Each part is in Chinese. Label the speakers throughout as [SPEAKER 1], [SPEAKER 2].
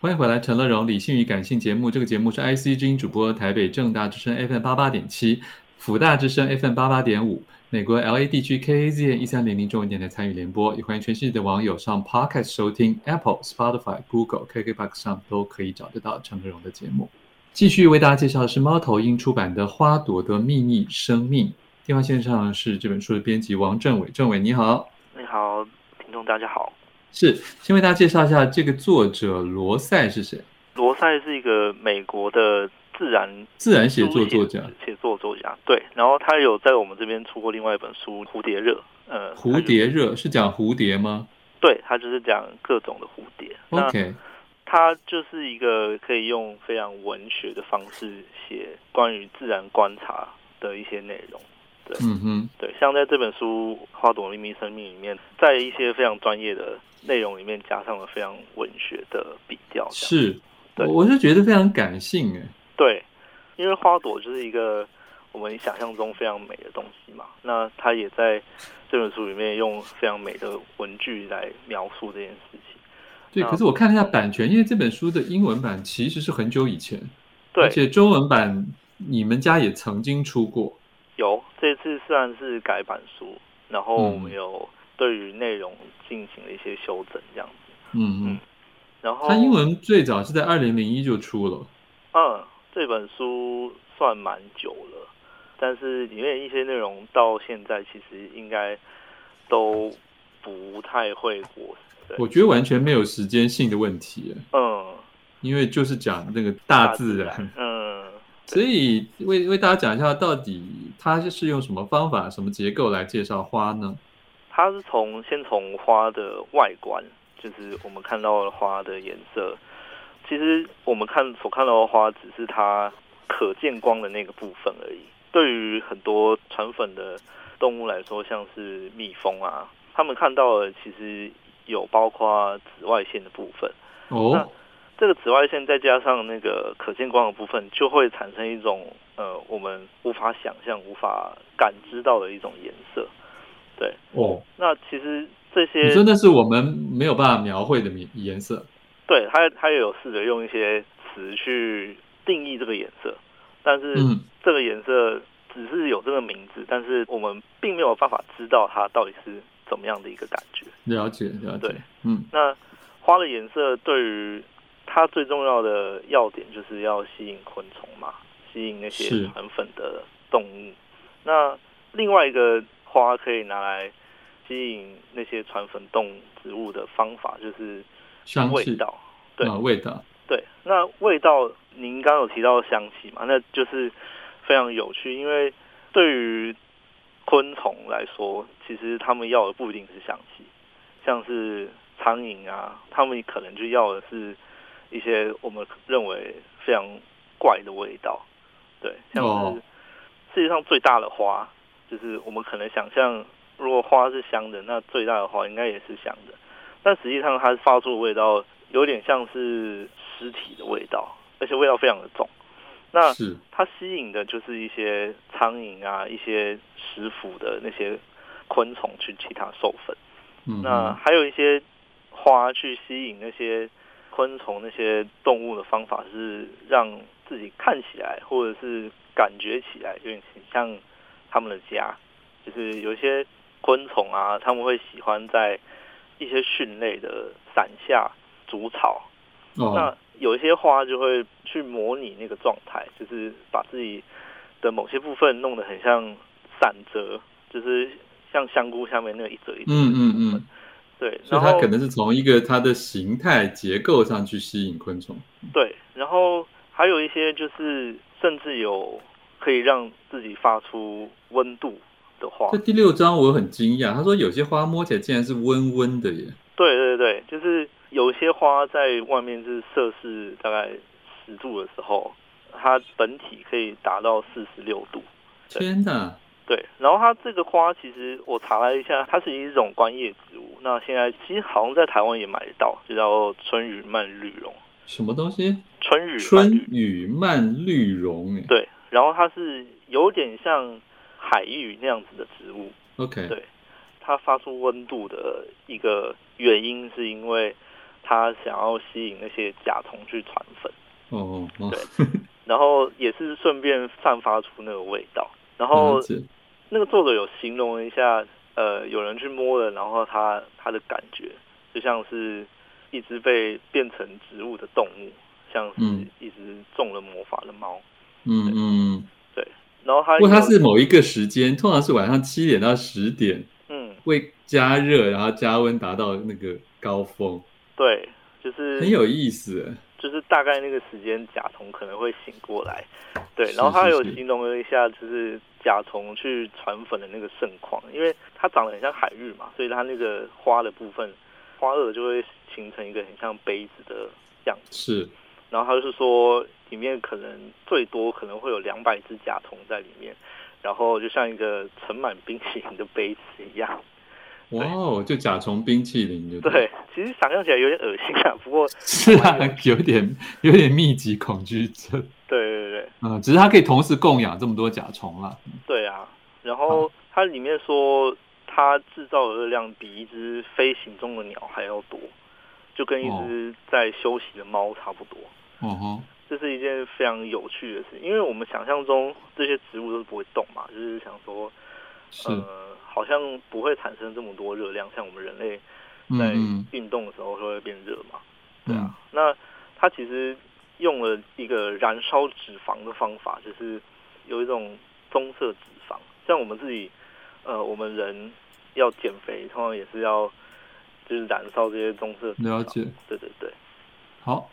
[SPEAKER 1] 欢迎回来，《陈乐融理性与感性》节目。这个节目是 IC 之音主播，台北正大之声 FM 八八点七，辅大之声 FM 八八点五，美国 LA 地区 KAZN 一三零零中文电台参与联播。也欢迎全世界的网友上 Podcast 收听，Apple、Spotify、Google、KKBox 上都可以找得到陈乐融的节目。继续为大家介绍的是猫头鹰出版的《花朵的秘密生命》。电话线上是这本书的编辑王政伟，政伟你好，
[SPEAKER 2] 你好，听众大家好。
[SPEAKER 1] 是先为大家介绍一下这个作者罗塞是谁？
[SPEAKER 2] 罗塞是一个美国的自然
[SPEAKER 1] 自然写作作家，
[SPEAKER 2] 写作作家对。然后他有在我们这边出过另外一本书《蝴蝶热》，呃，
[SPEAKER 1] 蝴蝶热是讲蝴蝶吗？
[SPEAKER 2] 对，他就是讲各种的蝴蝶。
[SPEAKER 1] OK，
[SPEAKER 2] 他就是一个可以用非常文学的方式写关于自然观察的一些内容。对，
[SPEAKER 1] 嗯哼，
[SPEAKER 2] 对，像在这本书《花朵秘密生命》里面，在一些非常专业的内容里面，加上了非常文学的笔调。
[SPEAKER 1] 是，
[SPEAKER 2] 对，
[SPEAKER 1] 我是觉得非常感性哎。
[SPEAKER 2] 对，因为花朵就是一个我们想象中非常美的东西嘛，那它也在这本书里面用非常美的文具来描述这件事情。
[SPEAKER 1] 对，
[SPEAKER 2] 那
[SPEAKER 1] 可是我看了一下版权，因为这本书的英文版其实是很久以前，
[SPEAKER 2] 对
[SPEAKER 1] 而，且中文版你们家也曾经出过。
[SPEAKER 2] 有这次虽然是改版书，然后
[SPEAKER 1] 嗯
[SPEAKER 2] 我们有对于内容进行了一些修整，这样子。
[SPEAKER 1] 嗯嗯
[SPEAKER 2] 嗯，然后
[SPEAKER 1] 它英文最早是在二零零一就出了。
[SPEAKER 2] 嗯，这本书算蛮久了，但是里面一些内容到现在其实应该都不太会过。对
[SPEAKER 1] 我觉得完全没有时间性的问题耶，
[SPEAKER 2] 嗯，
[SPEAKER 1] 因为就是讲那个大自然。
[SPEAKER 2] 嗯，
[SPEAKER 1] 所以为为大家讲一下，到底它是用什么方法、什么结构来介绍花呢？
[SPEAKER 2] 它是从先从花的外观，就是我们看到的花的颜色。其实我们看所看到的花，只是它可见光的那个部分而已。对于很多传粉的动物来说，像是蜜蜂啊，它们看到的其实有包括紫外线的部分。
[SPEAKER 1] 哦
[SPEAKER 2] 那，这个紫外线再加上那个可见光的部分，就会产生一种呃我们无法想象、无法感知到的一种颜色。
[SPEAKER 1] 哦，
[SPEAKER 2] 那其实这些
[SPEAKER 1] 你说那是我们没有办法描绘的颜颜色。
[SPEAKER 2] 对他，他也有试着用一些词去定义这个颜色，但是
[SPEAKER 1] 嗯，
[SPEAKER 2] 这个颜色只是有这个名字，但是我们并没有办法知道它到底是怎么样的一个感觉。
[SPEAKER 1] 了解了解
[SPEAKER 2] 对。
[SPEAKER 1] 嗯
[SPEAKER 2] 那花的颜色对于它最重要的要点就是要吸引昆虫嘛，吸引那些
[SPEAKER 1] 是
[SPEAKER 2] 传粉的动物。那另外一个花可以拿来吸引那些传粉动植物的方法就是
[SPEAKER 1] 香气
[SPEAKER 2] 味道，对
[SPEAKER 1] 啊，味道。
[SPEAKER 2] 对，那味道您刚刚有提到香气嘛，那就是非常有趣，因为对于昆虫来说，其实它们要的不一定是香气，像是苍蝇啊，它们可能就要的是一些我们认为非常怪的味道，对，像
[SPEAKER 1] 哦
[SPEAKER 2] 是世界上最大的花，就是我们可能想象，如果花是香的，那最大的花应该也是香的。但实际上它发出的味道有点像是尸体的味道，而且味道非常的重。那
[SPEAKER 1] 是
[SPEAKER 2] 它吸引的就是一些苍蝇啊，一些食腐的那些昆虫去替它授粉。
[SPEAKER 1] 嗯，
[SPEAKER 2] 那
[SPEAKER 1] 嗯
[SPEAKER 2] 还有一些花去吸引那些昆虫、那些动物的方法是让自己看起来或者是感觉起来有点像他们的家，就是有一些昆虫啊，他们会喜欢在一些蕈类的伞下筑巢，
[SPEAKER 1] 哦
[SPEAKER 2] 那有一些花就会去模拟那个状态，就是把自己的某些部分弄得很像散折，就是像香菇下面那个一折一折的
[SPEAKER 1] 嗯嗯
[SPEAKER 2] 部分
[SPEAKER 1] 嗯，
[SPEAKER 2] 对，
[SPEAKER 1] 所
[SPEAKER 2] 然
[SPEAKER 1] 以它
[SPEAKER 2] 后
[SPEAKER 1] 可能是从一个它的形态结构上去吸引昆虫。
[SPEAKER 2] 对，然后还有一些就是甚至有可以让自己发出温度的花
[SPEAKER 1] 这，第六章我很惊讶，他说有些花摸起来竟然是温温的耶。
[SPEAKER 2] 对对对，就是有些花在外面是摄氏大概十度的时候，它本体可以达到四十六度。对
[SPEAKER 1] 天哪！
[SPEAKER 2] 对，然后它这个花其实我查了一下，它是一种观叶植物。那现在其实好像在台湾也买得到，就叫春雨蔓绿绒。
[SPEAKER 1] 什么东西？
[SPEAKER 2] 春雨蔓
[SPEAKER 1] 春
[SPEAKER 2] 绿，
[SPEAKER 1] 雨漫绿绒，哎，
[SPEAKER 2] 对，然后它是有点像海芋那样子的植物，
[SPEAKER 1] ，OK，
[SPEAKER 2] 对它发出温度的一个原因是因为它想要吸引那些甲虫去传粉，
[SPEAKER 1] 哦哦，
[SPEAKER 2] 对然后也是顺便散发出那个味道。然后
[SPEAKER 1] 了解
[SPEAKER 2] 那个作者有形容一下，呃，有人去摸了，然后他他的感觉就像是一只被变成植物的动物，像是
[SPEAKER 1] 嗯
[SPEAKER 2] 一只中了魔法的猫。
[SPEAKER 1] 嗯嗯。
[SPEAKER 2] 然后他
[SPEAKER 1] 不过它是某一个时间，通常是晚上七点到十点
[SPEAKER 2] 嗯，
[SPEAKER 1] 会加热，然后加温达到那个高峰，
[SPEAKER 2] 对，就是
[SPEAKER 1] 很有意思。
[SPEAKER 2] 就是大概那个时间，甲虫可能会醒过来。对，
[SPEAKER 1] 是
[SPEAKER 2] 然后他
[SPEAKER 1] 是
[SPEAKER 2] 有
[SPEAKER 1] 是
[SPEAKER 2] 形容了一下，就是甲虫去传粉的那个盛况，因为它长得很像海芋嘛，所以它那个花的部分，花萼就会形成一个很像杯子的样子。
[SPEAKER 1] 是
[SPEAKER 2] 然后他就是说，里面可能最多可能会有两百只甲虫在里面，然后就像一个盛满冰淇淋的杯子一样。
[SPEAKER 1] 哇哦，就甲虫冰淇淋就
[SPEAKER 2] 对，其实想象起来有点恶心啊，不过
[SPEAKER 1] 是啊，有点有点密集恐惧症。
[SPEAKER 2] 对对对。
[SPEAKER 1] 嗯，只是它可以同时供养这么多甲虫啦。
[SPEAKER 2] 对啊，然后它里面说它制造的热量比一只飞行中的鸟还要多，就跟一只在休息的猫差不多。
[SPEAKER 1] 哦吼，
[SPEAKER 2] 这是一件非常有趣的事，因为我们想象中这些植物都是不会动嘛，就是想说，
[SPEAKER 1] 是，
[SPEAKER 2] 呃，好像不会产生这么多热量，像我们人类在
[SPEAKER 1] 嗯
[SPEAKER 2] 运动的时候就会变热嘛。
[SPEAKER 1] 嗯，
[SPEAKER 2] 对啊，那它其实用了一个燃烧脂肪的方法，就是有一种棕色脂肪，像我们自己，呃，我们人要减肥，通常也是要就是燃烧这些棕色脂
[SPEAKER 1] 嗯，
[SPEAKER 2] 肪。
[SPEAKER 1] 了解。
[SPEAKER 2] 对对对，
[SPEAKER 1] 好，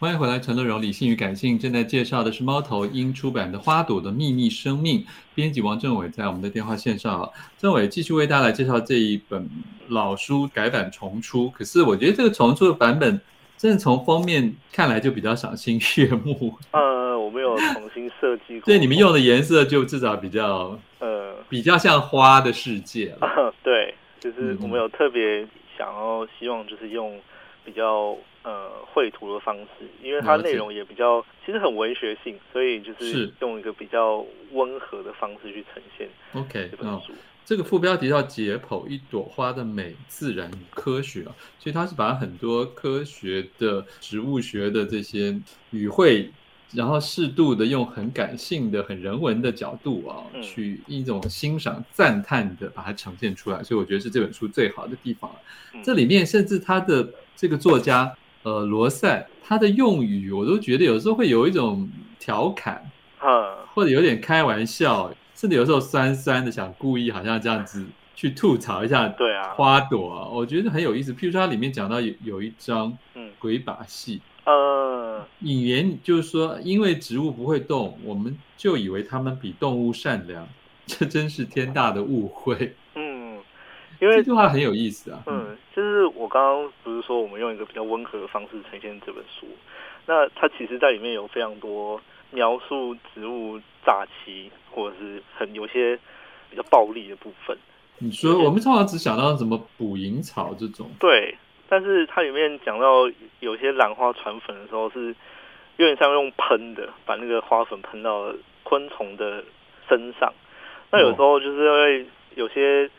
[SPEAKER 1] 欢迎回来，陈乐荣，理性与感性正在介绍的是猫头鹰出版的《花朵的秘密生命》，编辑王政伟在我们的电话线上啊，政伟继续为大家来介绍这一本老书改版重出，可是我觉得这个重出的版本，真的从封面看来就比较赏心悦目，
[SPEAKER 2] 呃，我们有重新设计过。
[SPEAKER 1] 所以你们用的颜色就至少比较
[SPEAKER 2] 呃，
[SPEAKER 1] 比较像花的世界了。
[SPEAKER 2] 对，就是
[SPEAKER 1] 嗯
[SPEAKER 2] 我们有特别想要希望就是用比较呃绘图的方式，因为它
[SPEAKER 1] 了解
[SPEAKER 2] 内容也比较其实很文学性，所以就是
[SPEAKER 1] 是
[SPEAKER 2] 用一个比较温和的方式去呈现
[SPEAKER 1] OK，
[SPEAKER 2] 这本
[SPEAKER 1] 嗯，
[SPEAKER 2] 书。
[SPEAKER 1] 这个副标题叫“解剖一朵花的美、自然与科学”啊，所以它是把很多科学的、植物学的这些语汇，然后适度的用很感性的、很人文的角度啊，
[SPEAKER 2] 嗯
[SPEAKER 1] 去一种欣赏、赞叹的把它呈现出来。所以我觉得是这本书最好的地方啊、
[SPEAKER 2] 嗯
[SPEAKER 1] 这里面甚至他的这个作家，呃，罗塞，他的用语我都觉得有时候会有一种调侃，
[SPEAKER 2] 嗯
[SPEAKER 1] 或者有点开玩笑，甚至有时候酸酸的，想故意好像这样子去吐槽一下
[SPEAKER 2] 对啊
[SPEAKER 1] 花朵啊，我觉得很有意思。譬如说它里面讲到有有一章
[SPEAKER 2] 嗯
[SPEAKER 1] 鬼把戏，
[SPEAKER 2] 呃
[SPEAKER 1] 引言就是说，因为植物不会动，我们就以为它们比动物善良，这真是天大的误 会。
[SPEAKER 2] 嗯，
[SPEAKER 1] 这
[SPEAKER 2] 因为
[SPEAKER 1] 句话很有意思啊。
[SPEAKER 2] 嗯，就是我刚刚不是说我们用一个比较温和的方式呈现这本书，那它其实在里面有非常多描述植物诈欺或者是很有些比较暴力的部分。
[SPEAKER 1] 你说我们通常只想到什么捕蝇草这种，
[SPEAKER 2] 对，但是它里面讲到有些兰花传粉的时候是有点像用喷的，把那个花粉喷到昆虫的身上。那有时候就是会有些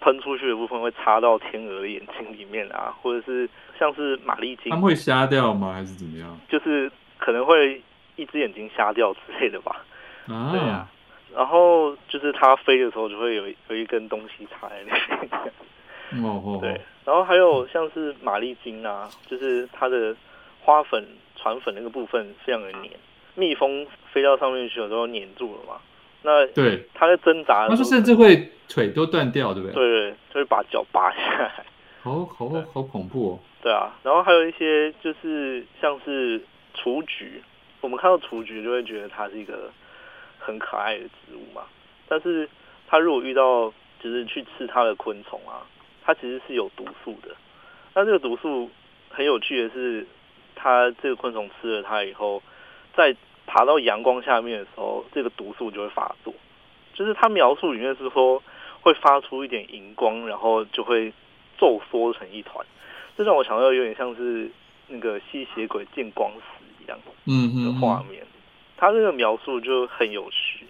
[SPEAKER 2] 喷出去的部分会插到天鹅的眼睛里面啊，或者是像是玛啊丽金
[SPEAKER 1] 它，们会瞎掉吗？还是怎么样
[SPEAKER 2] 就是可能会一只眼睛瞎掉之类的吧。
[SPEAKER 1] 啊？
[SPEAKER 2] 对啊然后就是它飞的时候就会有一有一根东西插在那边。
[SPEAKER 1] 哦哦，
[SPEAKER 2] 对，然后还有像是玛丽金啊，就是它的花粉传粉那个部分非常的黏，蜜蜂飞到上面去有时候粘住了嘛，那
[SPEAKER 1] 对，
[SPEAKER 2] 它在挣扎
[SPEAKER 1] 他
[SPEAKER 2] 的
[SPEAKER 1] 说
[SPEAKER 2] 时候，
[SPEAKER 1] 甚至会腿都断掉，对不对？
[SPEAKER 2] 对对，就会把脚拔下来，
[SPEAKER 1] 好好
[SPEAKER 2] 对
[SPEAKER 1] 好恐怖哦！
[SPEAKER 2] 对啊，然后还有一些就是像是雏菊，我们看到雏菊就会觉得它是一个很可爱的植物嘛，但是它如果遇到就是去吃它的昆虫啊，它其实是有毒素的。那这个毒素很有趣的是，它这个昆虫吃了它以后，在爬到阳光下面的时候，这个毒素就会发作。就是它描述里面是说会发出一点荧光，然后就会皱缩成一团。这让我想到有点像是那个吸血鬼见光死一样
[SPEAKER 1] 嗯
[SPEAKER 2] 的
[SPEAKER 1] 嗯
[SPEAKER 2] 画
[SPEAKER 1] 嗯。
[SPEAKER 2] 面。它这个描述就很有趣。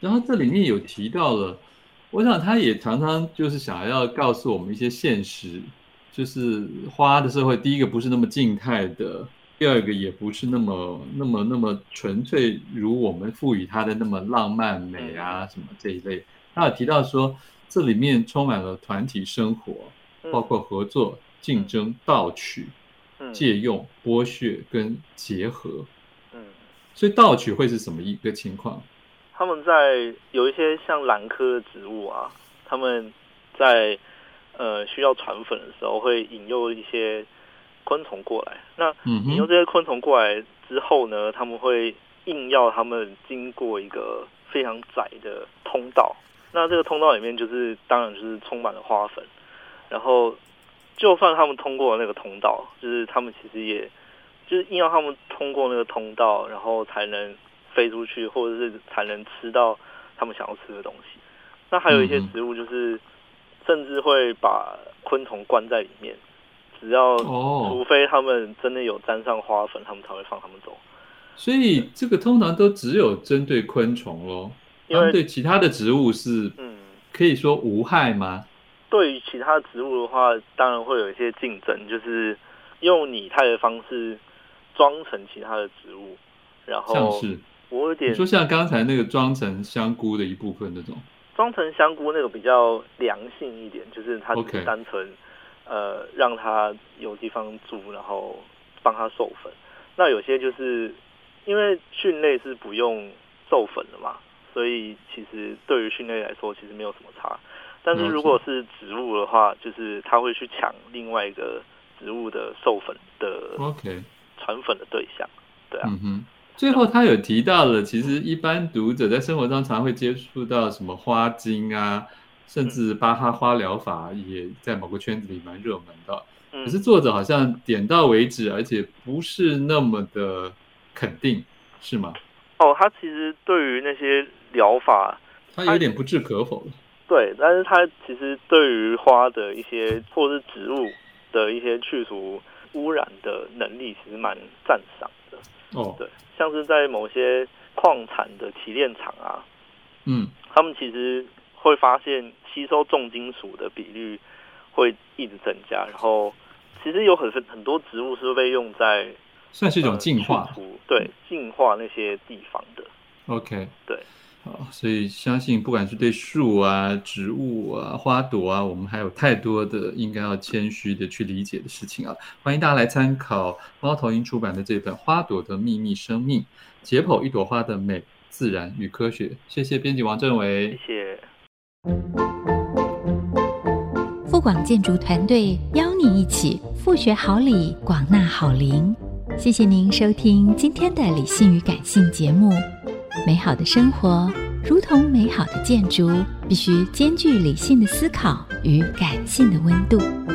[SPEAKER 1] 然后这里面有提到了，我想他也常常就是想要告诉我们一些现实，就是花的社会，第一个不是那么静态的，第二个也不是那么那么那么纯粹如我们赋予它的那么浪漫美
[SPEAKER 2] 嗯
[SPEAKER 1] 啊什么这一类。他有提到说，这里面充满了团体生活，包括合作、竞争、盗取、
[SPEAKER 2] 嗯
[SPEAKER 1] 借用、剥削跟结合。
[SPEAKER 2] 嗯，
[SPEAKER 1] 所以盗取会是什么一个情况？
[SPEAKER 2] 他们在有一些像兰科的植物啊，他们在呃需要传粉的时候，会引诱一些昆虫过来。那
[SPEAKER 1] 嗯
[SPEAKER 2] 引诱
[SPEAKER 1] 哼，
[SPEAKER 2] 这些昆虫过来之后呢，他们会硬要他们经过一个非常窄的通道。那这个通道里面就是当然就是充满了花粉，然后就算他们通过那个通道，就是他们其实也就是硬要他们通过那个通道，然后才能飞出去，或者是才能吃到他们想要吃的东西。那还有一些
[SPEAKER 1] 嗯嗯
[SPEAKER 2] 植物就是甚至会把昆虫关在里面，只要除
[SPEAKER 1] 哦，
[SPEAKER 2] 非他们真的有沾上花粉，他们才会放他们走。
[SPEAKER 1] 啊所以这个通常都只有针对昆虫喽，
[SPEAKER 2] 因
[SPEAKER 1] 他们
[SPEAKER 2] 为
[SPEAKER 1] 对其他的植物是
[SPEAKER 2] 嗯，
[SPEAKER 1] 可以说无害吗？
[SPEAKER 2] 对于其他植物的话，当然会有一些竞争，就是用拟态的方式装成其他的植物，然
[SPEAKER 1] 像
[SPEAKER 2] 后
[SPEAKER 1] 是
[SPEAKER 2] 我有
[SPEAKER 1] 你
[SPEAKER 2] 点
[SPEAKER 1] 说像刚才那个装成香菇的一部分那种，
[SPEAKER 2] 装成香菇那个比较良性一点，就是它只
[SPEAKER 1] OK
[SPEAKER 2] 是单纯呃让它有地方住，然后帮它授粉。那有些就是因为蕈类是不用授粉的嘛，所以其实对于蕈类来说其实没有什么差。但是如果是植物的话，就是它会去抢另外一个植物的授粉的
[SPEAKER 1] OK，
[SPEAKER 2] 传粉的对象。对啊，
[SPEAKER 1] 嗯哼。最后他有提到了，其实一般读者在生活中常会接触到什么花精啊，
[SPEAKER 2] 嗯
[SPEAKER 1] 甚至巴哈花疗法也在某个圈子里蛮热门的。
[SPEAKER 2] 嗯
[SPEAKER 1] 可是作者好像点到为止，而且不是那么的肯定，是吗？
[SPEAKER 2] 哦，它其实对于那些疗法
[SPEAKER 1] 他有点不置可否了。
[SPEAKER 2] 对，但是它其实对于花的一些或是植物的一些去除污染的能力，其实蛮赞赏的。
[SPEAKER 1] 哦，
[SPEAKER 2] 对，像是在某些矿产的提炼厂啊，
[SPEAKER 1] 嗯，
[SPEAKER 2] 他们其实会发现吸收重金属的比率会一直增加，然后其实有很很多植物是被用在
[SPEAKER 1] 算呃是一
[SPEAKER 2] 这
[SPEAKER 1] 种进化。
[SPEAKER 2] 对，净化那些地方的。
[SPEAKER 1] OK，
[SPEAKER 2] 对，
[SPEAKER 1] 好，所以相信不管是对树啊、植物啊、花朵啊，我们还有太多的应该要谦虚的去理解的事情啊。欢迎大家来参考猫头鹰出版的这本《花朵的秘密生命》，解剖一朵花的美、自然与科学。谢谢编辑王政
[SPEAKER 2] 谢
[SPEAKER 1] 委。
[SPEAKER 2] 谢。
[SPEAKER 3] 富广建筑团队邀你一起复学好礼，广纳好邻。谢谢您收听今天的理性与感性节目。美好的生活如同美好的建筑，必须兼具理性的思考与感性的温度。